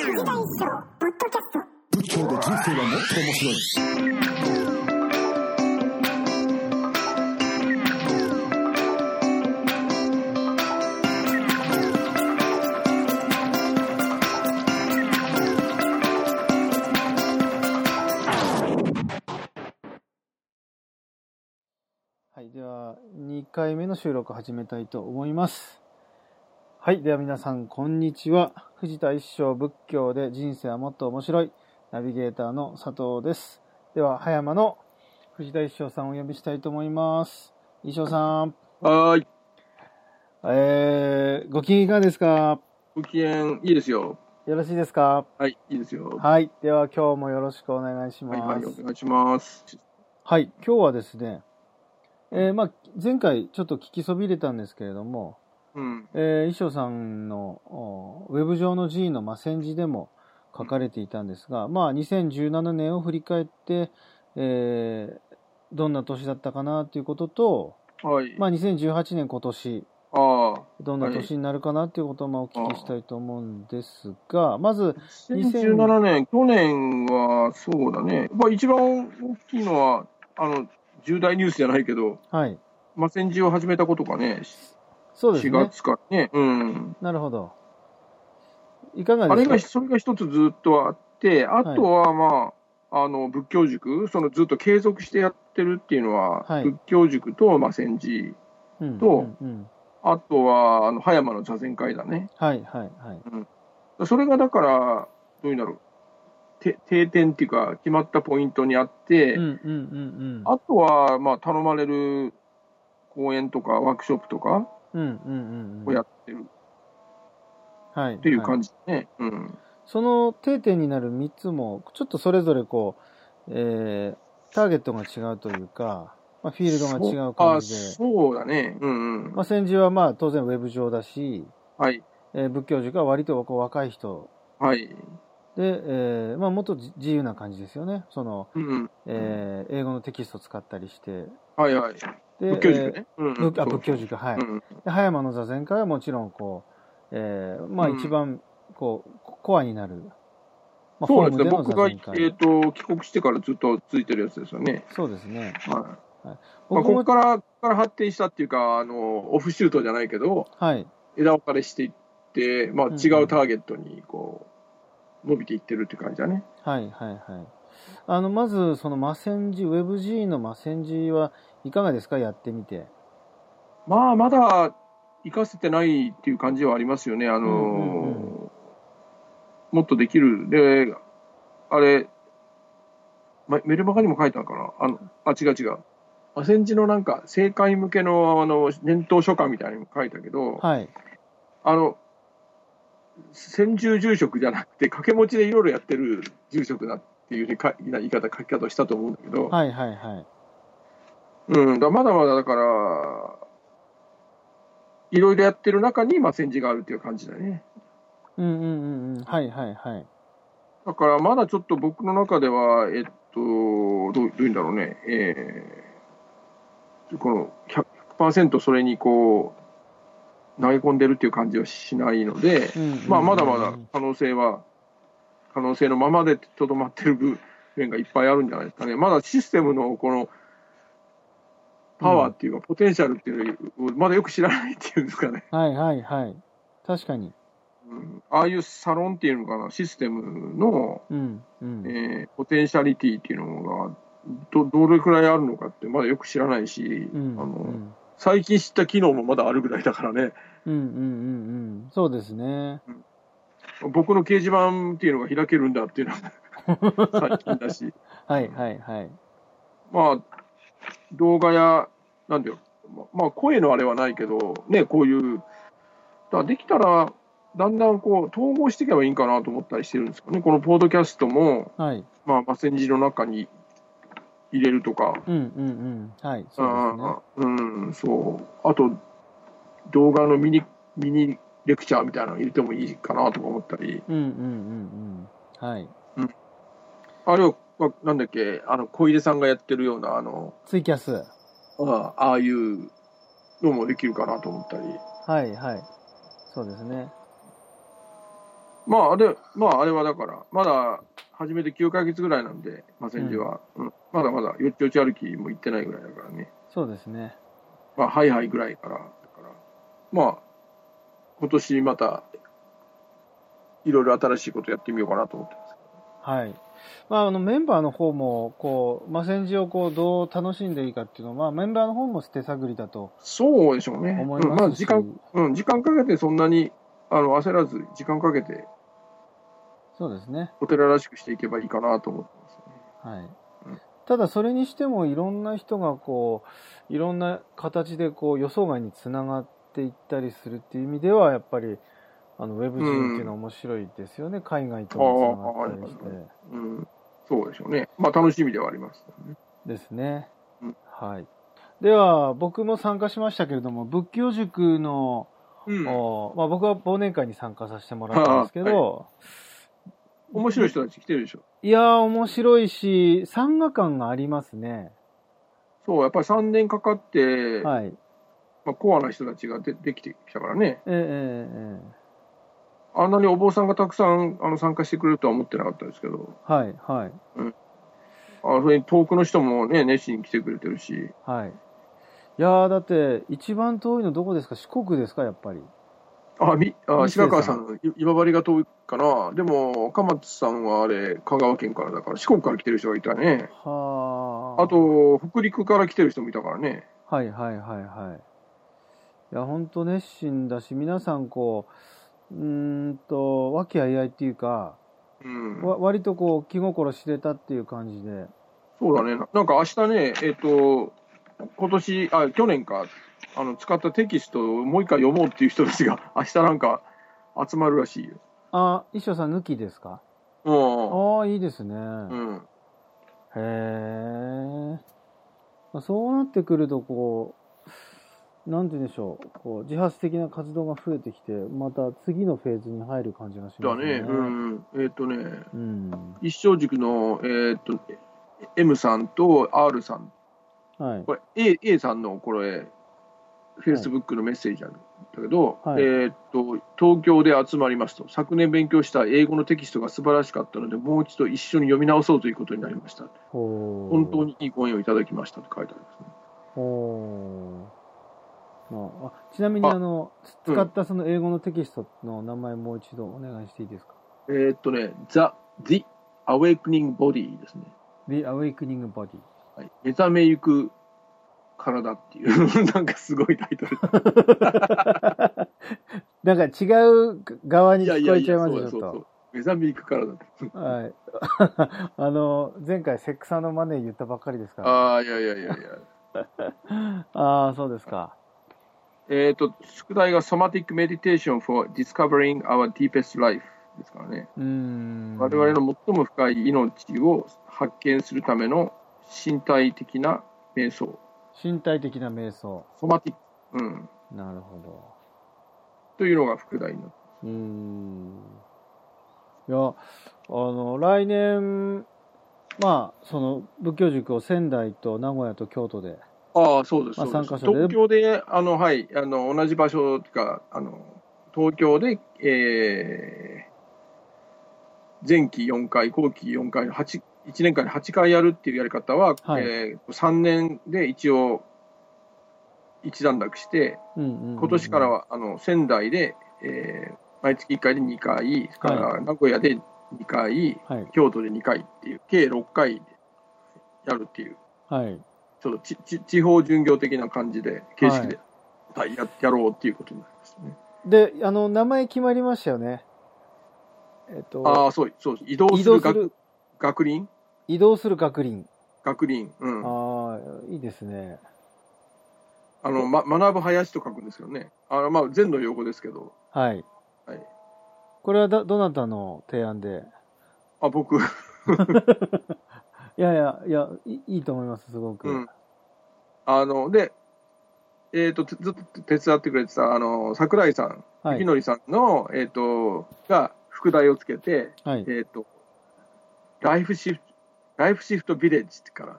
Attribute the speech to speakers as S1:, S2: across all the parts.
S1: 水大将、ポッドキャスト。
S2: 仏教で人生はもっと面白い。
S3: はい、では2回目の収録を始めたいと思います。はい、では皆さんこんにちは。藤田一生仏教で人生はもっと面白いナビゲーターの佐藤です。では葉山の藤田一生さんをお呼びしたいと思います。一生さん、
S4: はーい。
S3: えー、ご機嫌いかがですか
S4: ご機嫌、いいですよ。
S3: よろしいですか
S4: はい、いいですよ。
S3: はい、では今日もよろしくお願いし
S4: はい、
S3: ます。
S4: はい、お願いします。
S3: はい、今日はですね、えーまあ、前回ちょっと聞きそびれたんですけれども、
S4: うん。
S3: えー、衣装さんのおウェブ上の寺院の摩戦寺でも書かれていたんですが、まあ、2017年を振り返って、えーどんな年だったかなということと、
S4: はい。
S3: まあ、2018年今年
S4: ああ。
S3: どんな年になるかなということをまあお聞きしたいと思うんですがまず
S4: 2017年、去年は、そうだね。まあ、一番大きいのは、あの、重大ニュースじゃないけど、
S3: はい
S4: マセンジを始めたことがね、
S3: そうです
S4: 4
S3: ね
S4: 月からね。うん。
S3: なるほどいかが
S4: あれが、
S3: ですか
S4: それが一つずっとあって、あとは、まあ、あの、仏教塾、そのずっと継続してやってるっていうのは、
S3: はい
S4: 仏教塾とマセンジ、
S3: うん
S4: と
S3: うんうん
S4: あとは、あの、葉山の座禅会だね。
S3: はいはいはい
S4: それがだから、どういうんだろう、て定点っていうか、決まったポイントにあって、
S3: うんうんうんうん
S4: あとは、まあ、頼まれる講演とかワークショップとか
S3: うんうんうん
S4: を
S3: うん
S4: やってる
S3: はいっ
S4: っていう感じだね。うん。
S3: その定点になる3つも、ちょっとそれぞれこう、えー、ターゲットが違うというか、まあ、フィールドが違う感じ
S4: あ
S3: で、
S4: そうだね。うんうん。
S3: まあ、戦時はまあ当然ウェブ上だし、
S4: はい。
S3: えー仏教塾は割とこう若い人
S4: はい。
S3: で、えーまあ、もっとじ自由な感じですよね。その、
S4: うん。
S3: えー英語のテキスト使ったりして。
S4: はいはい。
S3: で
S4: 仏教塾ね。うんう
S3: えー
S4: ん。
S3: 仏あ仏教塾、はい。
S4: うん。
S3: で葉山の座禅会はもちろんこう、えーまあ
S4: うん
S3: 一番こう、ココアになる。まあ
S4: そうですね。
S3: ホーム
S4: 僕が、えっ、
S3: 会。
S4: と、帰国してからずっと続いてるやつですよね。
S3: そうですね。
S4: はい。まあ、
S3: 僕
S4: こ
S3: も
S4: こから、ここから発展したっていうか、あの、オフシュートじゃないけど、
S3: はい。
S4: 枝分かれしていって、まあ、
S3: うんうん
S4: 違うターゲットにこう伸びていってるって感じだね。
S3: はいはいはい。あの、まず、その、マセンジ、ウェブ G のマセンジはいかがですかやってみて。
S4: まあ、まだ活かせてないっていう感じはありますよね、あの
S3: うんうん
S4: もっとできる、で、あれ、ま、メルマガにも書いたのかな、あのあ違う違う、アセンジのなんか、政界向けのあの年頭書簡みたいにも書いたけど、
S3: はい。
S4: あの専従住職じゃなくて、掛け持ちでいろいろやってる住職だっていうふうにか言い方、書き方をしたと思うんだけど、
S3: はいはいはい。
S4: うん、だまだまだだから、いろいろやってる中に、まあ、戦時があるっていう感じだね。
S3: うんうんうんうん。はいはいはい。
S4: だから、まだちょっと僕の中では、えっと、どうどういうんだろうね、えー、この100 100%それにこう、投げ込んでるっていう感じはしないので、
S3: うんうんうん
S4: まあ、まだまだ可能性は、可能性のままでとどまってる部面がいっぱいあるんじゃないですかね。まだシステムのこのパワーっていうか、ポテンシャルっていうのをまだよく知らないっていうんですかね。
S3: はいはいはい。確かに。
S4: うんああいうサロンっていうのかな、システムの、
S3: うんうん。
S4: えーポテンシャリティっていうのが、ど、どれくらいあるのかってまだよく知らないし、
S3: うんうん
S4: あ
S3: う
S4: の、
S3: ん
S4: 最近知った機能もまだあるぐらいだからね、
S3: うんうんうん。そうですね。
S4: 僕の掲示板っていうのが開けるんだっていうのは 最近だし。
S3: はいはいはい。
S4: まあ、動画や、なんだよ、ままあ、声のあれはないけど、ね、こういう、だからできたら、だんだんこう統合していけばいいんかなと思ったりしてるんですよね、このポードキャストも、
S3: はい。
S4: まあ、マセンジの中に入れるとか、
S3: うんうんうん。はい。そうですね。
S4: あーうん、そう、あと、動画のミニミニレクチャーみたいなの入れてもいいかなとか思ったり、
S3: うんうんうんうん。はい。
S4: あるいは、まあなんだっけ、あの小出さんがやってるような、あの
S3: ツイキャス。は
S4: あーああいうのもできるかなと思ったり。
S3: いはい。そうですね。
S4: まあ、あれ、まあ、あれはだから、まだ始めて9ヶ月ぐらいなんで、まあ、先生は、うんまだまだ、よっちよち歩きも行ってないぐらいだからね。
S3: そうですね。
S4: まあ、はいはいぐらいから、だから、まあ、今年また、いろいろ新しいことやってみようかなと思ってます。
S3: はい。まあ、あの、メンバーの方も、こう、まあ、戦時をこう、どう楽しんでいいかっていうのは、まあ、メンバーの方も手探りだと
S4: そうでしょうね。
S3: 思い
S4: うん、まあ、
S3: ますし、
S4: 時間、うん、時間かけてそんなに、あの、焦らず、時間かけて、
S3: そうですね。
S4: お寺らしくしていけばいいかなと思ってますね。
S3: はい
S4: うん。
S3: ただ、それにしても、いろんな人がこう、いろんな形でこう、予想外につながっていったりするっていう意味では、やっぱり、あの、ウェブ人っていうのは面白いですよね。海外ともつながったりして
S4: あああ。うん、そうでしょうね。まあ、楽しみではあります、ね。
S3: ですね
S4: うん。
S3: はい。では、僕も参加しましたけれども、仏教塾の、
S4: うん。
S3: おまあ、僕は忘年会に参加させてもらったんですけど、
S4: 面白い人たち来てるでしょ。
S3: い、やー、面白いし、参加感がありますね。
S4: そう、やっぱり3年かかって、
S3: はい。
S4: まあ、コアな人たちがでできてきたからね、
S3: えええええ
S4: あんなにお坊さんがたくさんあの参加してくれるとは思ってなかったですけど、
S3: えはい、はい、
S4: あそれに遠くの人も、ね、熱心に来てくれてるし、
S3: はい。いやー、だって、一番遠いのどこですか四国ですかやっぱり。
S4: あみあ
S3: 西
S4: 白
S3: 瀬さん
S4: 川さん、い今治が遠いかな、でも、鎌津さんはあれ、香川県からだから、四国から来てる人がいたね、
S3: はー。
S4: あ、と、北陸から来てる人もいたからね、
S3: はい、はい、はい、はい。いや、ほんと熱心だし、皆さんこう、うーんと、和気あいあいっていうか、
S4: うん、
S3: わ割とこう、気心知れたっていう感じで。
S4: そうだね、ななんか明日ね、えっ、と、今年あ去年か、あの使ったテキストをもう一回読もうっていう人たちが、 明日なんか集まるらしいよ。
S3: あ、衣装さん抜きですか
S4: うん
S3: ああ、いいですね。
S4: うん、
S3: へえ。まあそうなってくると、こう、なんて言うんでしょう。こう、自発的な活動が増えてきて、また次のフェーズに入る感じがし
S4: だ
S3: ます
S4: ね、
S3: ね。
S4: うん、えっ、とね、
S3: うん。
S4: 一生塾の、えっ、と、M さんと R さん、
S3: はい。
S4: これ A, A さんのこれ、フェイスブックのメッセージなんだけど、
S3: はい
S4: えっ、と、東京で集まりますと、昨年勉強した英語のテキストが素晴らしかったので、もう一度一緒に読み直そうということになりました。
S3: ほう
S4: 本当。にいいご縁をいただきましたと書いてありますね。
S3: ほう。まあ、あちなみに、
S4: あ
S3: あの、つ
S4: うん
S3: 使ったその英語のテキストの名前もう一度お願いしていいですか、
S4: えーっとね、The, The Awakening Body ですね。
S3: ?The Awakening Body。
S4: はい、目覚めゆく体っていう、 なんかすごいタイト ル。
S3: なんか違う側に聞こえちゃいます
S4: そう
S3: よ
S4: だ
S3: ち
S4: そう
S3: ょっと
S4: そう。目覚めゆく体って。
S3: はい。 あの、前回、セックサのマネー言ったばっかりですから。
S4: ああ、いやいやいやいや。
S3: ああ、そうですか。
S4: えーっと、宿題が Somatic Meditation for Discovering Our Deepest Life ですからね。
S3: うーん。
S4: 我々の最も深い命を発見するための身体的な瞑想。
S3: 身体的な瞑想。
S4: ソマティック。うん。
S3: なるほ
S4: というのが副題になって
S3: ど。うーん。いや、あの、来年、まあ、その、仏教塾を仙台と名古屋と京都で。
S4: ああ、そうです。
S3: まあ
S4: そうです
S3: 参加者で
S4: 東京で、あの、はい、あの、同じ場所とか、あの、東京で、えー、前期4回、後期4回の8、1年間に8回やるっていうやり方は、
S3: はい
S4: えー、3年で一応、一段落して、
S3: うんうんうんうん
S4: 今年から。は、あの、仙台で、えー、毎月1回で2回、それから名古屋で2回、
S3: はい。
S4: 京都で2回っていう、計6回やるっていう。
S3: はい。
S4: ちょっとちち地方巡業的な感じで、形式で、はい、ややろうっていうことになりましたね。
S3: で、あの、名前決まりましたよね。えっ
S4: あ
S3: と、
S4: あ、そう、そう、移動
S3: 移
S4: す
S3: 動
S4: る
S3: す
S4: 学
S3: る、
S4: 学輪
S3: 移動する学輪。
S4: 学輪。うん。あ
S3: ああ、いいですね。
S4: の、ま、学ぶ林と書くんですけどね。あの、まあ、全の用語ですけど、
S3: はい。
S4: はい。
S3: これはだどなたの提案で
S4: あ、僕、
S3: いやいや、いや、いいいと思います、すごく。
S4: うん。あの、で、えっ、と、ずずっと手伝ってくれてた、あの、桜井さん、
S3: は
S4: ひ
S3: い。
S4: のりさんの、えっ、と、が、副題をつけて、
S3: はい。
S4: えっ、と、ライフシフト、ライフシフトビレッジってから、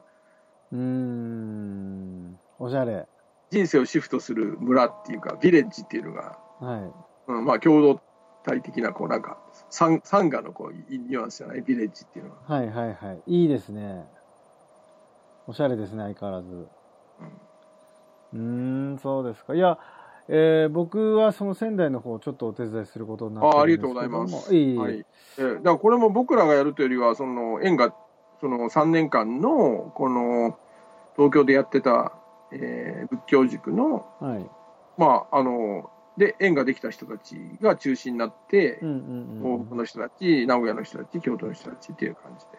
S3: うーん。おしゃれ。
S4: 人生をシフトする村っていうか、ビレッジっていうのが、
S3: はい。
S4: うん、まあ共同体的な、こう、なんか、サンサンガのこういニュアンスじゃない、ビレッジっていうのは。
S3: はいはいはい。いいですね。おしゃれですね、相変わらず。うーん、そうですか。いや、えー僕はその仙台の方、ちょっとお手伝いすることになって
S4: ああ、あ
S3: るんで
S4: り
S3: す
S4: が
S3: け
S4: と
S3: ど
S4: う
S3: も
S4: ございます。
S3: いえいえ
S4: はい、えーだからこれも僕らがやるというよりは、その、園が、その3年間の、この、東京でやってた、えー仏教塾の、
S3: はい。
S4: まあ、あの、で、縁ができた人たちが中心になって
S3: う、んうん
S4: 東
S3: うんう
S4: 北
S3: ん。
S4: の人たち、名古屋の人たち、京都の人たちっていう感じで、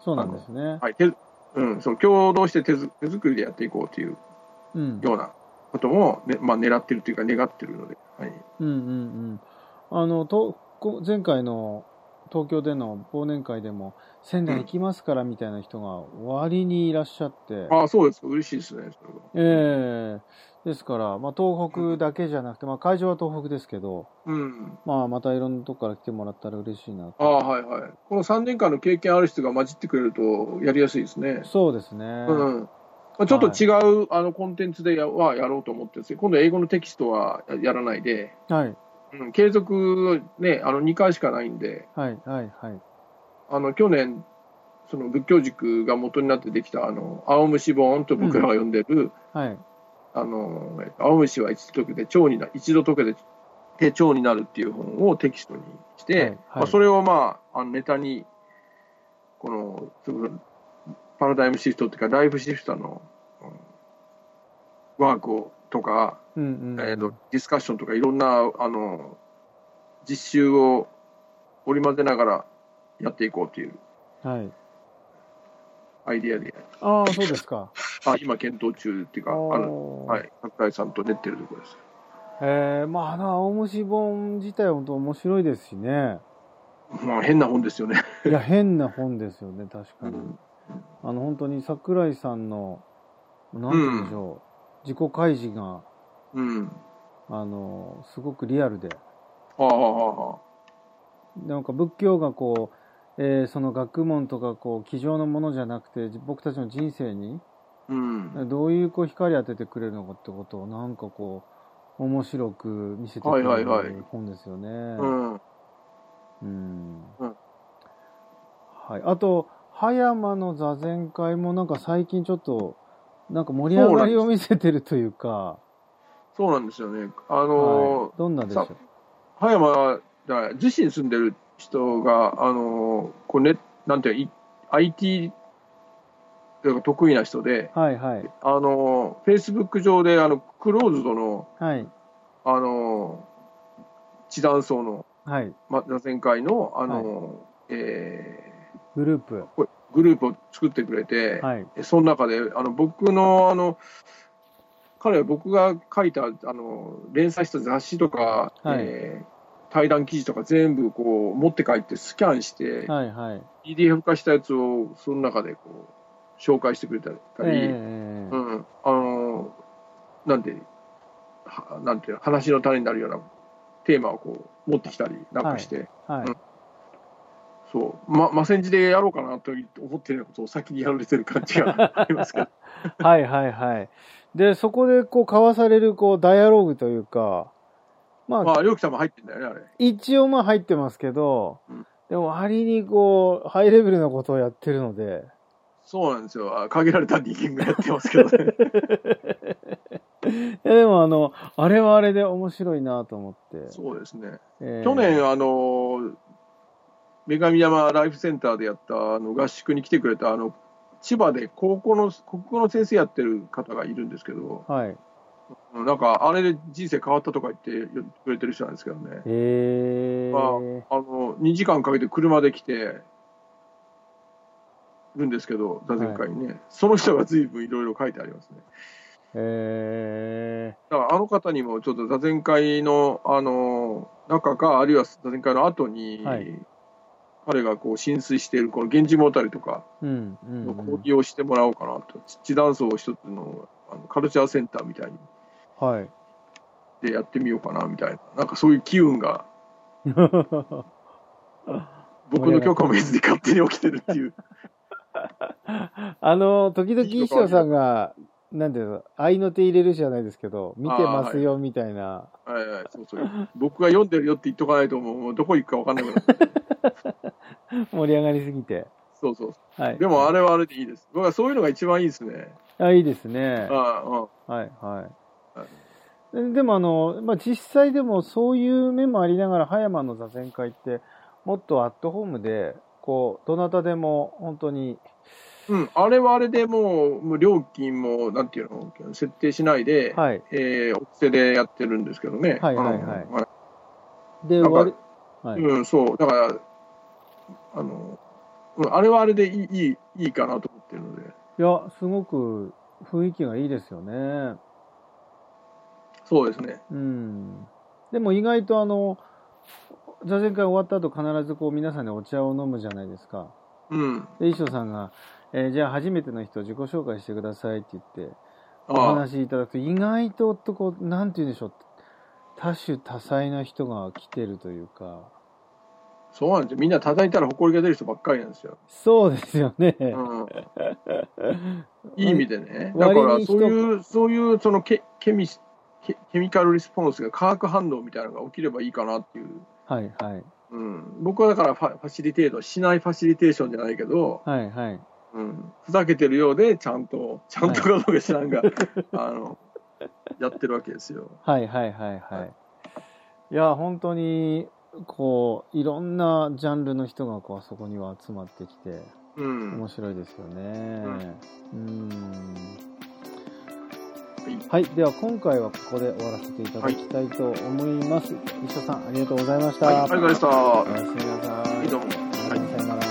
S3: そうなんですね。
S4: はい手うん、そう共同して手づ手作りでやっていこうという
S3: うん。
S4: ようなことも、ねまあ、狙ってるというか、願ってるので、はい、
S3: うんうんうん。あの、とこ前回の東京での忘年会でも、仙台行きますからみたいな人が割にいらっしゃって、
S4: ああ、そうです、嬉しいですね、それは
S3: ええですから、まあ、東北だけじゃなくて、まあ、会場は東北ですけど、
S4: うん、
S3: まあ、またいろんなとこから来てもらったら嬉しいな
S4: ああ、はいはい、この3年間の経験ある人が混じってくれると、やりやすいですね。
S3: そうですね。
S4: うんまあ、ちょっと違う、あのコンテンツでやはやろうと思ってるんですけど、今度、英語のテキストはややらないで、
S3: はい、
S4: うん、継続、ね、あの2回しかないんで、
S3: はい、はい、はい。
S4: あの去年その仏教塾が元になってできたあの青虫本と僕らが呼んでる、
S3: はい。
S4: あのえっと青虫は一度溶けて蝶にな一度溶けてで蝶になるっていう本をテキストにして、
S3: はいはい
S4: まあ、それをまああのネタにこのそれこそパラダイムシフトっていうかライフシフトの、うんワークをとか、
S3: うん、うん。
S4: えっとディスカッションとかいろんなあの実習を織り交ぜながらやっていこうという
S3: はい。
S4: アイディアで
S3: ああ、そうですか。。
S4: あ今検討中っていうか、あの、はいい、角田さんと練ってるところです。
S3: ええまあ、あの、青虫本自体は本当面白いですしね。
S4: まあ、変な本ですよね。
S3: いや、変な本ですよね、確かに。
S4: うん
S3: あの、本当に桜井さんの、なんて言うんでしょう、自己開示が、
S4: うん。
S3: あの、すごくリアルで。
S4: ああ、ああ、
S3: なんか仏教がこう、えーその学問とかこう机上のものじゃなくて僕たちの人生に
S4: うん。
S3: どういうこう光当ててくれるのかってことをなんかこう面白く見せてく
S4: は
S3: れ
S4: い
S3: る
S4: はいはい
S3: 本ですよね。
S4: うん。あ
S3: うん
S4: うん
S3: はい、あと葉山の座禅会もなんか最近ちょっとなんか盛り上がりを見せてるというか
S4: そうなんですよね。あ
S3: は
S4: の
S3: い、どんなでしょう
S4: さ葉山、だから逗子に住んでる人が、あの、こうね、なんていうか、い IT というか得意な人で、
S3: はいはい
S4: あの、Facebook 上で、あの、クローズドの、
S3: はい
S4: あの、地断層の、
S3: はい
S4: ま、座禅会の、あの、えー、
S3: グループ
S4: グループを作ってくれて、
S3: はい
S4: その中であの僕のあの彼は僕が書いたあの連載した雑誌とか、
S3: はい
S4: えー対談記事とか全部こう持って帰ってスキャンして、
S3: はいはい
S4: PDF 化したやつをその中でこう紹介してくれたり、
S3: えー
S4: うん、あのなんてはなんていうの話の種になるようなテーマをこう持ってきたりなんかして、
S3: はい
S4: そう、ま、マセンジでやろうかなと思ってることを先にやられてる感じがあります けど、
S3: はいはいはい。で、そこでこう交わされるこうダイアログというか、まあ、
S4: まあ、りょうきさんも入ってんだよね、あれ。
S3: 一応まあ入ってますけど、
S4: うん
S3: でも割にこう、ハイレベルなことをやってるので、
S4: そうなんですよ、あ限られた人間がやってますけど ね。
S3: いやでもあの、あれはあれで面白いなと思って。
S4: そうですね。
S3: えー
S4: 去年、あの、女神山ライフセンターでやったあの合宿に来てくれた、あの、千葉で高校の、国語の先生やってる方がいるんですけど、
S3: はい。
S4: なんか、あれで人生変わったとか言って言ってくれてる人なんですけどね。
S3: えー、
S4: まあ、あの2時間かけて車で来てるんですけど、座禅会にね、その人が随分いろいろ書いてありますね。
S3: え
S4: だからあの方にもちょっと座禅会のあの中か、あるいは座禅会の後に、
S3: はい
S4: 彼がこう浸水しているこの源氏物語とか
S3: ー、うん、うん
S4: の
S3: う
S4: 講
S3: ん。
S4: 義をしてもらおうかなと、地断層を一つのあのカルチャーセンターみたいに
S3: はい。
S4: でやってみようかなみたいな、なんかそういう機運が僕の許可も得ずに 勝手に起きてるっていう。
S3: あの、時々衣装さんが、なんていうの、合いの手入れるじゃないですけど、見てますよみたいな、
S4: はいはい、そうそう。僕が読んでるよって言っとかないと、もうもうどこ行くか分かんなくなる。
S3: 盛り上がりすぎて。
S4: そうそう。
S3: はい。
S4: でも、あれはあれでいいです。僕はそういうのが一番いいですね。
S3: あ、いいですね。
S4: ああ、うん
S3: はい、はい。ででも、あの、まあ、実際でもそういう面もありながら、葉山の座禅会って、もっとアットホームで、こう、どなたでも本当に、
S4: うん、あれはあれでもう、もう料金も、なんていうの、設定しないで、
S3: はい。
S4: えーお布施でやってるんですけどね。
S3: はいはいはい
S4: あの
S3: で、
S4: なんか
S3: 割り、はい。
S4: うん、そう、だから、あの、うんあれはあれでいいいいいいかなと思ってるので、
S3: いや、すごく雰囲気がいいですよね。
S4: そうですね。
S3: うん。でも意外とあの、座禅会終わった後必ずこう皆さんでお茶を飲むじゃないですか。
S4: うん。
S3: で、衣装さんが、えーじゃあ初めての人自己紹介してくださいって言って、お
S4: ああ、
S3: 話しいただくと、意外とこう、なんて言うんでしょう、多種多彩な人が来てるというか、
S4: そうなんですよ。みんな叩いたら埃が出る人ばっかりなんですよ。
S3: そうですよね。
S4: うん。いい意味でね。だか
S3: 割
S4: ら、
S3: に
S4: そういう、そういう、そのケケミスケ、ケミカルリスポンスが化学反応みたいなのが起きればいいかなっていう。
S3: はいはい。
S4: うん、僕はだからファファシリテートしないファシリテーションじゃないけど、
S3: はいはい。
S4: うん、ふざけてるようでちゃんとちゃんとかどうか知ら んが、あのやってるわけですよ。
S3: はいはいはいはい。いや、本当に、こう、いろんなジャンルの人がこう、あそこには集まってきて、
S4: うん、
S3: 面白いですよね。うん。
S4: い
S3: はい。では、今回はここで終わらせていただきたいと思います。一緒さん、ありがとうございました。
S4: はい、ありがとうございました。
S3: おやすみなさ
S4: はい
S3: い。
S4: どうも。はい
S3: さよなら。